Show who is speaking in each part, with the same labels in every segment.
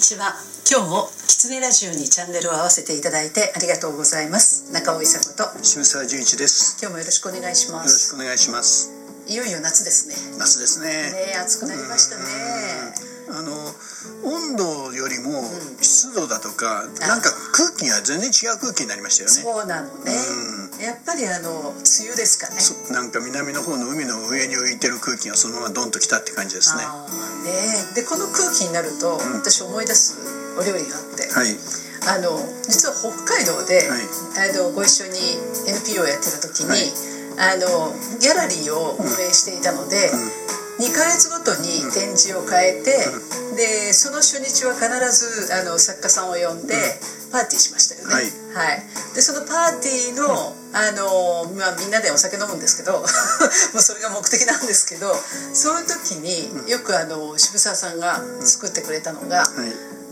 Speaker 1: ちは今日もキツネラジオにチャンネルを合わせていただいてありがとうございます中尾伊佐子と
Speaker 2: 渋沢純一です。
Speaker 1: 今日もよろしくお願いし
Speaker 2: よ
Speaker 1: ま
Speaker 2: ろし
Speaker 1: す
Speaker 2: くお願いします。
Speaker 1: いよいよ夏ですね
Speaker 2: 夏ですね。
Speaker 1: ねえ暑くなりましたね
Speaker 2: あの温度よりも湿度だとか、なんか空気が全然違う空気になりましたよね。
Speaker 1: そうなのねやっぱりあの梅雨ですかね
Speaker 2: そなんか南の方の海の上に浮いてる空気がそのままドンと来たって感じですね。は
Speaker 1: あーねえでこの空気になると、私思い出すお料理があって、
Speaker 2: い
Speaker 1: あの実は北海道で、
Speaker 2: はい
Speaker 1: あのご一緒に NPO をやってた時に、
Speaker 2: はい
Speaker 1: あのギャラリーを運営していたので、2ヶ月ごとに展示を変えて、でその初日は必ずあの作家さんを呼んで、パーティーしましたよね。
Speaker 2: はい
Speaker 1: はいでそのパーティーの,、あのまあ、みんなでお酒飲むんですけど もうそれが目的なんですけどそういう時によくあの渋沢さんが作ってくれたのが、
Speaker 2: はい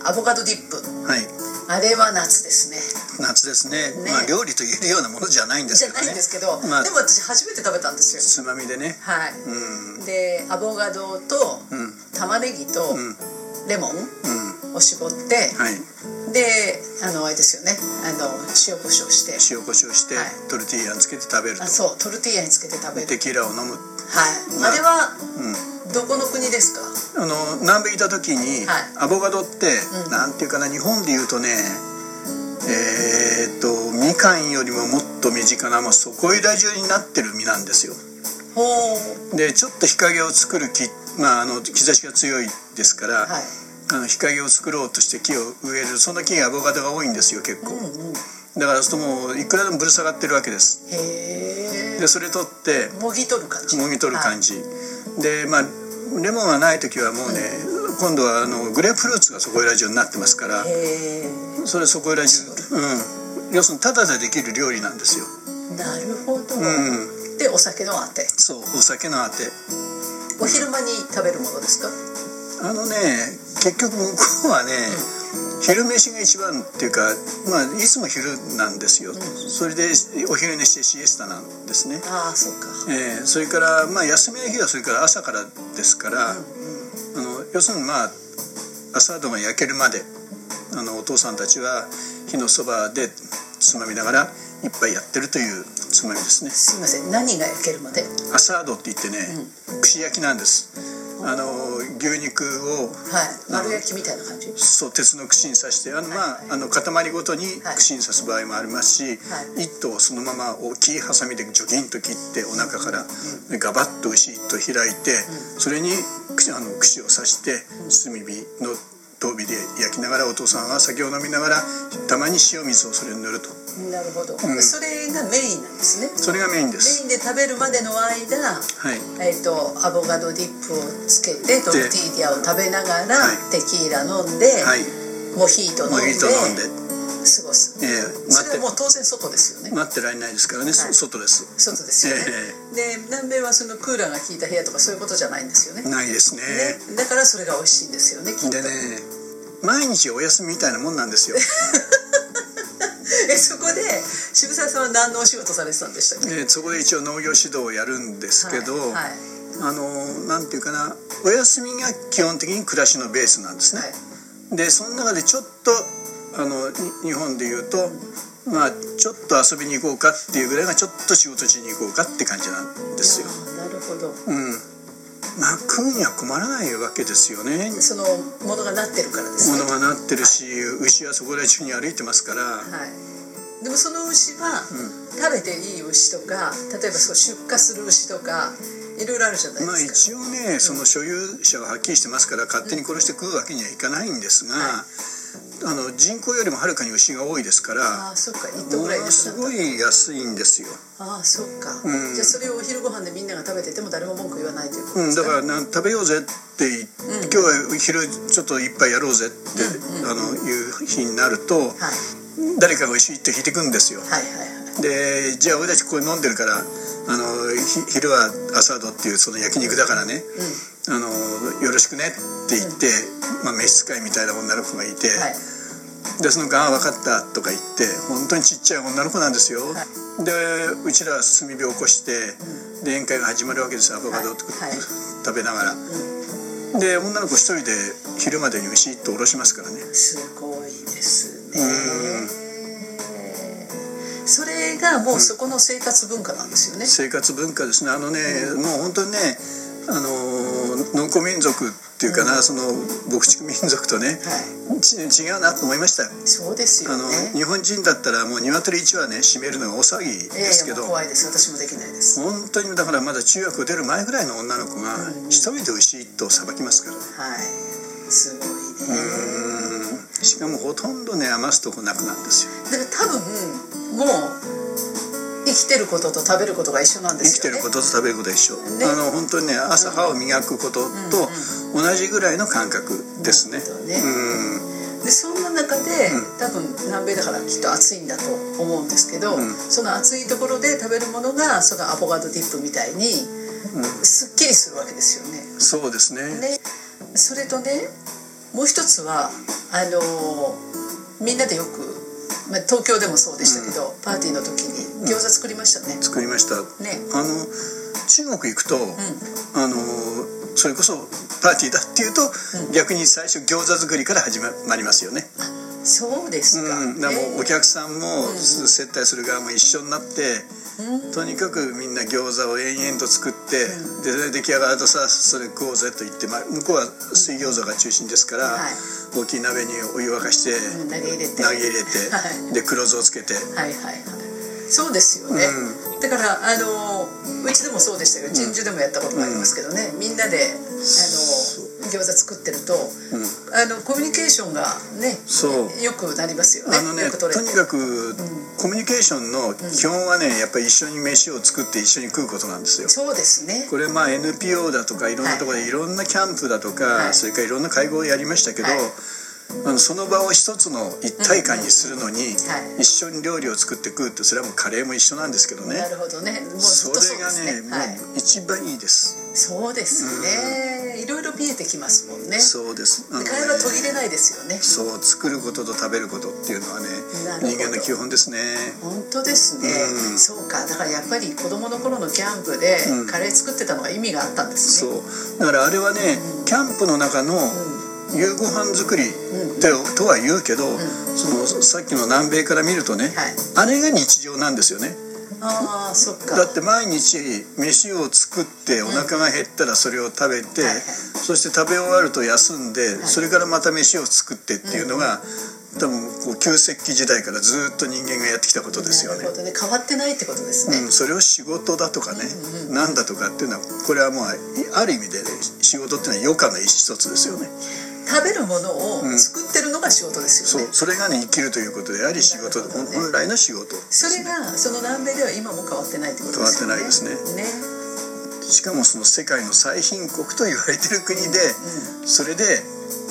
Speaker 1: アボカドディップ。
Speaker 2: はい。
Speaker 1: あれは夏ですね。
Speaker 2: 夏ですね。
Speaker 1: ね
Speaker 2: まあ料理というようなものじゃないんです
Speaker 1: じゃ
Speaker 2: けど
Speaker 1: ない
Speaker 2: ね。
Speaker 1: んですけど、
Speaker 2: まあ
Speaker 1: でも私初めて食べたんですよ。
Speaker 2: つまみでね。
Speaker 1: はい。
Speaker 2: うん
Speaker 1: で、アボカドと
Speaker 2: うん
Speaker 1: 玉ねぎと
Speaker 2: ん
Speaker 1: レモ
Speaker 2: うん
Speaker 1: ンを絞って、
Speaker 2: はい。
Speaker 1: で、あのあれですよね。あの塩コショウして、
Speaker 2: 塩コショウして、
Speaker 1: はい
Speaker 2: トルティーヤにつけて食べる
Speaker 1: あ
Speaker 2: と。
Speaker 1: そうトルティーヤにつけて食べる。
Speaker 2: テキーラを飲
Speaker 1: は
Speaker 2: む。
Speaker 1: い。
Speaker 2: まあ
Speaker 1: あれは
Speaker 2: うん。
Speaker 1: どこの国ですか？
Speaker 2: あの南米行った時に、
Speaker 1: はい
Speaker 2: アボカドって、
Speaker 1: うん
Speaker 2: なんていうかな日本で言うとねえーっとみかんよりももっと身近な、まあ、そこいら中になってる実なんですよ
Speaker 1: ほう。
Speaker 2: でちょっと日陰を作る木、まあ、あの日差しが強いですから、
Speaker 1: はい。
Speaker 2: あの日陰を作ろうとして木を植えるそんな木にアボカドが多いんですよ結構
Speaker 1: うんうん。
Speaker 2: だからそうするともういくらでもぶら下がってるわけです
Speaker 1: へ
Speaker 2: でそれ取って
Speaker 1: え。もぎ取る感じ。
Speaker 2: もぎ取る感
Speaker 1: じ。
Speaker 2: じ、でまあレモンがない時はもうね、今度はあのグレープフルーツがそこいら中になってますから、
Speaker 1: へえ。
Speaker 2: それそこいら中うん要するにタダでできる料理なんですよ
Speaker 1: なるほど。
Speaker 2: う
Speaker 1: で、お酒のあて。
Speaker 2: そうお酒のあて
Speaker 1: お昼間に食べるものですか。
Speaker 2: あのね結局向こうはね、昼飯が一番っていうかまあいつも昼なんですよ、それでお昼寝してシエスタなんですね
Speaker 1: ああ、そうか。
Speaker 2: えーそれから、まあ、休みの日はそれから朝からですから、あの要するに、まあ、朝どが焼けるまであのお父さんたちは火のそばでつまみながら一杯やってるというつまみですね
Speaker 1: すいません、何が焼けるまで。は
Speaker 2: アサードって言ってね、串焼きなんですあの牛肉を
Speaker 1: い、丸焼きみたいな感じ。
Speaker 2: そう鉄の串に刺してあの、まああの塊ごとに
Speaker 1: はい
Speaker 2: 串に刺す場合もありますし、
Speaker 1: は
Speaker 2: 一頭をそのまま大きいハサミでジョキンと切ってお腹からでガバッと牛一頭開いて、それに串あの串を刺して炭火の遠火で焼きながらお父さんは酒を飲みながらたまに塩水をそれに塗ると
Speaker 1: なるほど、
Speaker 2: ん
Speaker 1: それがメインなんですね。
Speaker 2: それがメインで
Speaker 1: メ
Speaker 2: す。
Speaker 1: インで食べるまでの間。
Speaker 2: はい
Speaker 1: えっとアボカドディップをつけてトルティーヤを食べながら、
Speaker 2: はい
Speaker 1: テキーラ飲んで、
Speaker 2: はい、
Speaker 1: モヒート飲
Speaker 2: モ
Speaker 1: んで
Speaker 2: ヒート飲んで、
Speaker 1: 過ごす
Speaker 2: えー
Speaker 1: それ
Speaker 2: 待
Speaker 1: はもう
Speaker 2: っ
Speaker 1: 当然外ですよね
Speaker 2: て待ってられないですからね、そ
Speaker 1: はい
Speaker 2: 外です
Speaker 1: 外ですよね、で南米はそのクーラーが効いた部屋とかそういうことじゃないんですよね,、
Speaker 2: ないです
Speaker 1: ね
Speaker 2: ね
Speaker 1: だからそれが美味しいんですよねきっと
Speaker 2: でね毎日お休みみたいなもんなんですよ
Speaker 1: えそこで渋沢さんは何のお仕事されてたんでしたっけ
Speaker 2: えーそこで一応農業指導をやるんですけど、
Speaker 1: はいはい
Speaker 2: あのなんていうかなお休みが基本的に暮らしのベースなんですね、
Speaker 1: はい
Speaker 2: でその中でちょっとあのに日本で言うとまあちょっと遊びに行こうかっていうぐらいがちょっと仕事しに行こうかって感じなんですよ、
Speaker 1: ああなるほど
Speaker 2: うんまあ食うには困らないわけですよね
Speaker 1: そのものがなってるからですね
Speaker 2: 物がなってるし牛はそこら中に歩いてますから、
Speaker 1: はいでもその牛は、食べていい牛とか例えばそう出荷する牛とかいろいろあるじゃない
Speaker 2: まあ
Speaker 1: ですか、
Speaker 2: 一応ねその所有者ははっきりしてますから勝手に殺して食うわけにはいかないんです
Speaker 1: は
Speaker 2: が、あの人口よりもはるかに牛が多いですか
Speaker 1: ああ
Speaker 2: ら
Speaker 1: そっか一頭
Speaker 2: も
Speaker 1: ぐらいい
Speaker 2: の
Speaker 1: な
Speaker 2: す
Speaker 1: くなっ
Speaker 2: ごい安いんですよ、
Speaker 1: たああそっか、
Speaker 2: うん
Speaker 1: じゃあそれをお昼ご飯でみんなが食べてても誰も文句言わないということで
Speaker 2: うん、
Speaker 1: す
Speaker 2: だ
Speaker 1: か、
Speaker 2: からな食べようぜって言って、今日は昼ちょっと一杯やろうぜって、あのいう日になると、
Speaker 1: はい、
Speaker 2: 誰かが牛って引いてくんですよ
Speaker 1: はいはいはい
Speaker 2: でじゃあ俺たちこれ飲んでるからあのひ昼はアサードっていうその焼肉だからね、あのよろしくねって言って、まあ、召使いみたいな女の子がいて、
Speaker 1: はい
Speaker 2: でその子が「あ分かった」とか言って本当にちっちゃい女の子なんですよ、
Speaker 1: は
Speaker 2: でうちらは炭火を起こして、で宴会が始まるわけですよアボカドを
Speaker 1: はいはい
Speaker 2: 食べながら、で女の子一人で昼までに牛一頭おろしますからね
Speaker 1: すごいですねそれがもうそこの生活文化なんですよね、
Speaker 2: 生活文化ですねあのね、もう本当にねあの農耕民族っていうかな、その牧畜民族とね、
Speaker 1: は
Speaker 2: ち違うなと思いましたよ
Speaker 1: いそうですよ
Speaker 2: あの、
Speaker 1: ね
Speaker 2: 日本人だったらもう鶏1羽ね締めるのが大騒ぎ
Speaker 1: いや
Speaker 2: で
Speaker 1: い
Speaker 2: すけ
Speaker 1: や
Speaker 2: ど、
Speaker 1: もう怖いです私もできないです
Speaker 2: 本当にだからまだ中学を出る前ぐらいの女の子が一人で牛一頭さばきますから
Speaker 1: は
Speaker 2: ね
Speaker 1: いすごいね
Speaker 2: うんしかもほとんどね余すとこなくなんですよ
Speaker 1: だから多分もう生きてることと食べることが一緒なんで
Speaker 2: 生き
Speaker 1: す
Speaker 2: て
Speaker 1: よね
Speaker 2: ることと食べることは一緒、
Speaker 1: ね
Speaker 2: あの本当にね朝歯を磨くことと同じぐらいの感覚ですね
Speaker 1: なるほどね
Speaker 2: うん
Speaker 1: でそんな中で、多分南米だからきっと暑いんだと思うんですけど、その暑いところで食べるものがそのアボカドディップみたいにすっきりするわけですよね。
Speaker 2: そうですね
Speaker 1: でそれとねもう一つはあのーみんなでよく、まあ、東京でもそうでしたけど、パーティーの時に餃子作りましたね。
Speaker 2: 作りました
Speaker 1: ね
Speaker 2: あの中国行くと、あのそれこそパーティーだっていうと、逆に最初餃子作りから始まりますよね、
Speaker 1: そうですか。
Speaker 2: うん、だからもうお
Speaker 1: ね
Speaker 2: 客さんも、接待する側も一緒になって、とにかくみんな餃子を延々と作って、でそれで出来上がるとさそれ食おうぜと言って、まあ、向こうは水餃子が中心ですから、
Speaker 1: はい
Speaker 2: 大きい鍋にお湯沸かして、
Speaker 1: うん投げ入れて
Speaker 2: 投げ入れて、
Speaker 1: は
Speaker 2: で黒酢をつけて
Speaker 1: はいはいはいそうですよね、だからあのうちでもそうでしたけど鎮守でもやったことがありますけどね、みんなであの餃子作ってると、あのコミュニケーションがね
Speaker 2: そう
Speaker 1: よくなりますよね
Speaker 2: あのね
Speaker 1: よく
Speaker 2: と
Speaker 1: 取れて
Speaker 2: にかくコミュニケーションの基本はねやっぱり一緒に飯を作って一緒に食うことなんですよ。
Speaker 1: そうですね
Speaker 2: これまあ NPO だとかいろんなところでいろんなキャンプだと
Speaker 1: は
Speaker 2: か、
Speaker 1: い
Speaker 2: それからいろんな会合をやりましたけど、
Speaker 1: はい
Speaker 2: あのその場を一つの一体感にするのに、
Speaker 1: は
Speaker 2: 一緒に料理を作って食うってそれはもうカレーも一緒なんですけどね
Speaker 1: なるほどねもうず
Speaker 2: そ
Speaker 1: っとそう
Speaker 2: れ
Speaker 1: で
Speaker 2: が
Speaker 1: すね
Speaker 2: ね
Speaker 1: はい
Speaker 2: もう一番いいです、
Speaker 1: そうですねいろいろ見えてきますもんね
Speaker 2: そうですあのね
Speaker 1: 会話途切れないですよね
Speaker 2: そう作ることと食べることっていうのはね
Speaker 1: なるほど
Speaker 2: 人間の基本ですね
Speaker 1: 本当ですね、
Speaker 2: うん
Speaker 1: そうかだからやっぱり子供の頃のキャンプで
Speaker 2: ん
Speaker 1: カレー作ってたのが意味があったんです
Speaker 2: そ
Speaker 1: ね、
Speaker 2: うだからあれはねキャンプの中の夕ご飯作りってとは言うけど、そのさっきの南米から見ると
Speaker 1: は
Speaker 2: ね、
Speaker 1: い
Speaker 2: あれが日常なんですよね
Speaker 1: ああそっか
Speaker 2: だって毎日飯を作ってお腹が減ったらそれを食べて、
Speaker 1: はいはい
Speaker 2: そして食べ終わると休んで、それからまた飯を作ってっていうのが、多分こう旧石器時代からずっと人間がやってきたことですよ
Speaker 1: なる。
Speaker 2: ね
Speaker 1: ほどね変わってないってことですね、
Speaker 2: うん、それを仕事だとかね、なんだとかっていうのはこれはもうある意味で、ね、仕事っていうのは余暇の一つですよね
Speaker 1: 食べるものを作ってるのが仕事です
Speaker 2: そ
Speaker 1: よね、
Speaker 2: うそれがね生きるということであり仕事
Speaker 1: なるほどね
Speaker 2: 本来の仕事
Speaker 1: それがその南米では今も変わってないってことですよね
Speaker 2: 変わってないです
Speaker 1: ね
Speaker 2: ねしかもその世界の最貧国と言われてる国で、それで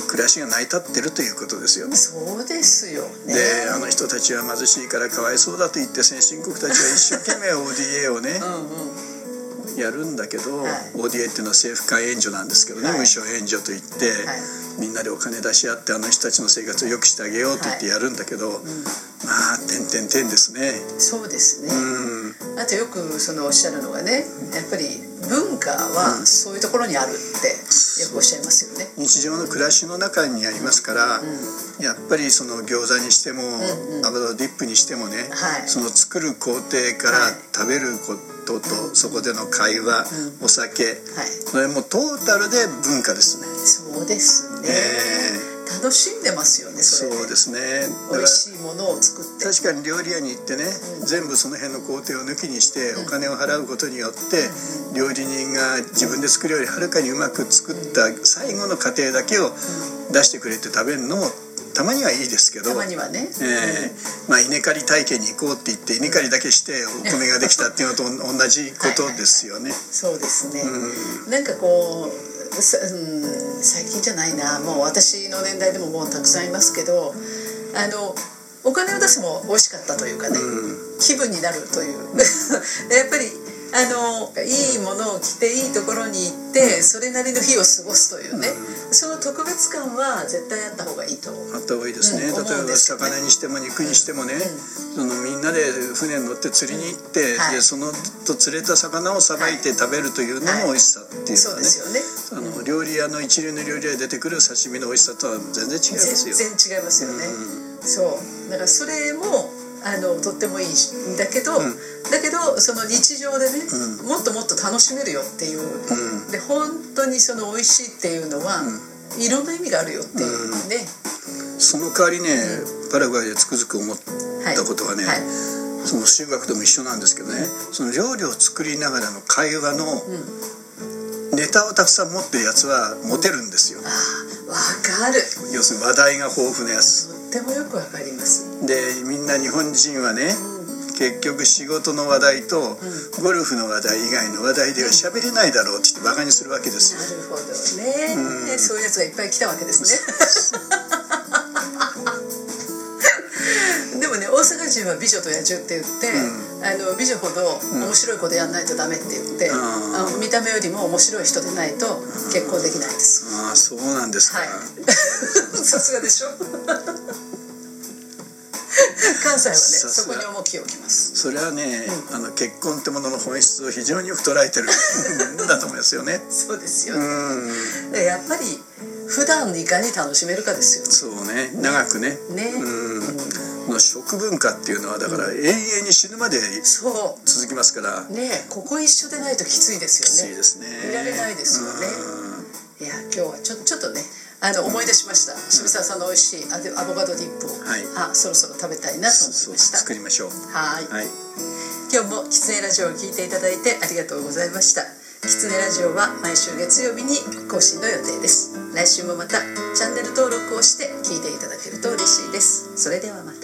Speaker 2: 暮らしが成り立ってるということですよね
Speaker 1: そうですよね
Speaker 2: であの人たちは貧しいからかわいそうだと言って先進国たちは一生懸命 ODA をね
Speaker 1: うんうん
Speaker 2: やるんだけど、
Speaker 1: はい
Speaker 2: ODA っていうのは政府間援助なんですけどね、
Speaker 1: はい
Speaker 2: 無償援助といって、
Speaker 1: はい
Speaker 2: みんなでお金出し合ってあの人たちの生活を良くしてあげようと言ってやるんだけど、まあ点点点ですね
Speaker 1: そうですね、
Speaker 2: うん
Speaker 1: あとよくそのおっしゃるのがねやっぱり文化はそういうところにあるってよくおっしゃいますよね、
Speaker 2: 日常の暮らしの中にありますから、やっぱりその餃子にしても、アボカドディップにしてもね、
Speaker 1: はい
Speaker 2: その作る工程か
Speaker 1: は
Speaker 2: ら
Speaker 1: い
Speaker 2: 食べることとそこでの会話、お酒、
Speaker 1: はい
Speaker 2: それもトータルで文化ですね。
Speaker 1: そうですね、楽しんでますよねそ
Speaker 2: そ
Speaker 1: れね
Speaker 2: うですね。
Speaker 1: 美
Speaker 2: だから
Speaker 1: 味しいものを作って
Speaker 2: 確かに料理屋に行ってね、全部その辺の工程を抜きにしてお金を払うことによって、料理人が自分で作るよりはるかにうまく作った最後の過程だけを出してくれて食べるのもたまにはいいですけど
Speaker 1: た。まにはね、
Speaker 2: えーまあ、稲刈り体験に行こうって言って稲刈りだけしてお米ができたっていうのと同じことですよね。
Speaker 1: そうですね、なんかこうさ、うん、最近じゃないなもう私の年代でももうたくさんいますけどあのお金を出しても美味しかったというかね、気分になるという やっぱりあのいいものを着ていいところに行ってそれなりの日を過ごすというね、その特別感は絶対あった方がいいと
Speaker 2: あった方がいいですね、
Speaker 1: うん
Speaker 2: 例
Speaker 1: 思う
Speaker 2: え
Speaker 1: ん
Speaker 2: ば
Speaker 1: ですよね
Speaker 2: 魚にしても肉にしてもね、そのみんなで船に乗って釣りに行って、
Speaker 1: はい
Speaker 2: でそのと釣れた魚をさばいて食べるというの
Speaker 1: はい
Speaker 2: も美味しさっていう
Speaker 1: そう
Speaker 2: か
Speaker 1: で
Speaker 2: ね、
Speaker 1: すよね
Speaker 2: あのの料理屋の一流の料理屋で出てくる刺身の美味しさとは全然違います
Speaker 1: 全
Speaker 2: よ。
Speaker 1: 然違いますよね、そうだからそれもあのとってもいいしだけど、だけどその日常でね、もっともっと楽しめるよっていう、で本当にその美味しいっていうのは、いろんな意味があるよっていうね、
Speaker 2: その代わりね、パラグアイでつくづく思ったことはね、
Speaker 1: はい
Speaker 2: その修学とも一緒なんですけどね、その料理を作りながらの会話のネタをたくさん持ってるやつはモテるんですよ。
Speaker 1: わかる
Speaker 2: 要するに話題が豊富なやつ。
Speaker 1: とってもよくわかります
Speaker 2: でみんな日本人はね、結局仕事の話題とゴルフの話題以外の話題では喋れないだろうって言ってバカにするわけですよ
Speaker 1: なるほどね、そういうやつがいっぱい来たわけ ですねでもね大阪人は美女と野獣って言って、あの美女ほど面白いことやんないとダメって言って、あの見た目よりも面白い人でないと結婚できないです、
Speaker 2: ああそうなんですか、
Speaker 1: はい さすがでしょ 関西はね
Speaker 2: さす
Speaker 1: そ
Speaker 2: が
Speaker 1: こに重きを置きます
Speaker 2: それはね、あの結婚ってものの本質を非常によく捉 えてるんだと思いますよね
Speaker 1: そうですよ、
Speaker 2: う
Speaker 1: ね
Speaker 2: ん
Speaker 1: やっぱり普段いかに楽しめるかですよ
Speaker 2: そうね長くね
Speaker 1: ね、
Speaker 2: うんこの食文化っていうのはだから永遠に死ぬまで
Speaker 1: そ
Speaker 2: 続きますから
Speaker 1: うねここ一緒でないときついで
Speaker 2: き
Speaker 1: す
Speaker 2: つ
Speaker 1: よ
Speaker 2: い
Speaker 1: ね
Speaker 2: ですね
Speaker 1: 見られないですよね
Speaker 2: うん
Speaker 1: いや今日はちょちょっとねあの思い出しました、渋沢さんの美味しいアデアボカドディップを、
Speaker 2: はい
Speaker 1: あそろそろ食べたいなと
Speaker 2: そ
Speaker 1: 思
Speaker 2: う
Speaker 1: いました
Speaker 2: 作りましょう
Speaker 1: はい
Speaker 2: はい
Speaker 1: 今日もキツネラジオを聞いていただいてありがとうございましたキツネラジオは毎週月曜日に更新の予定です来週もまたチャンネル登録をして聞いていただけると嬉しいですそれではまた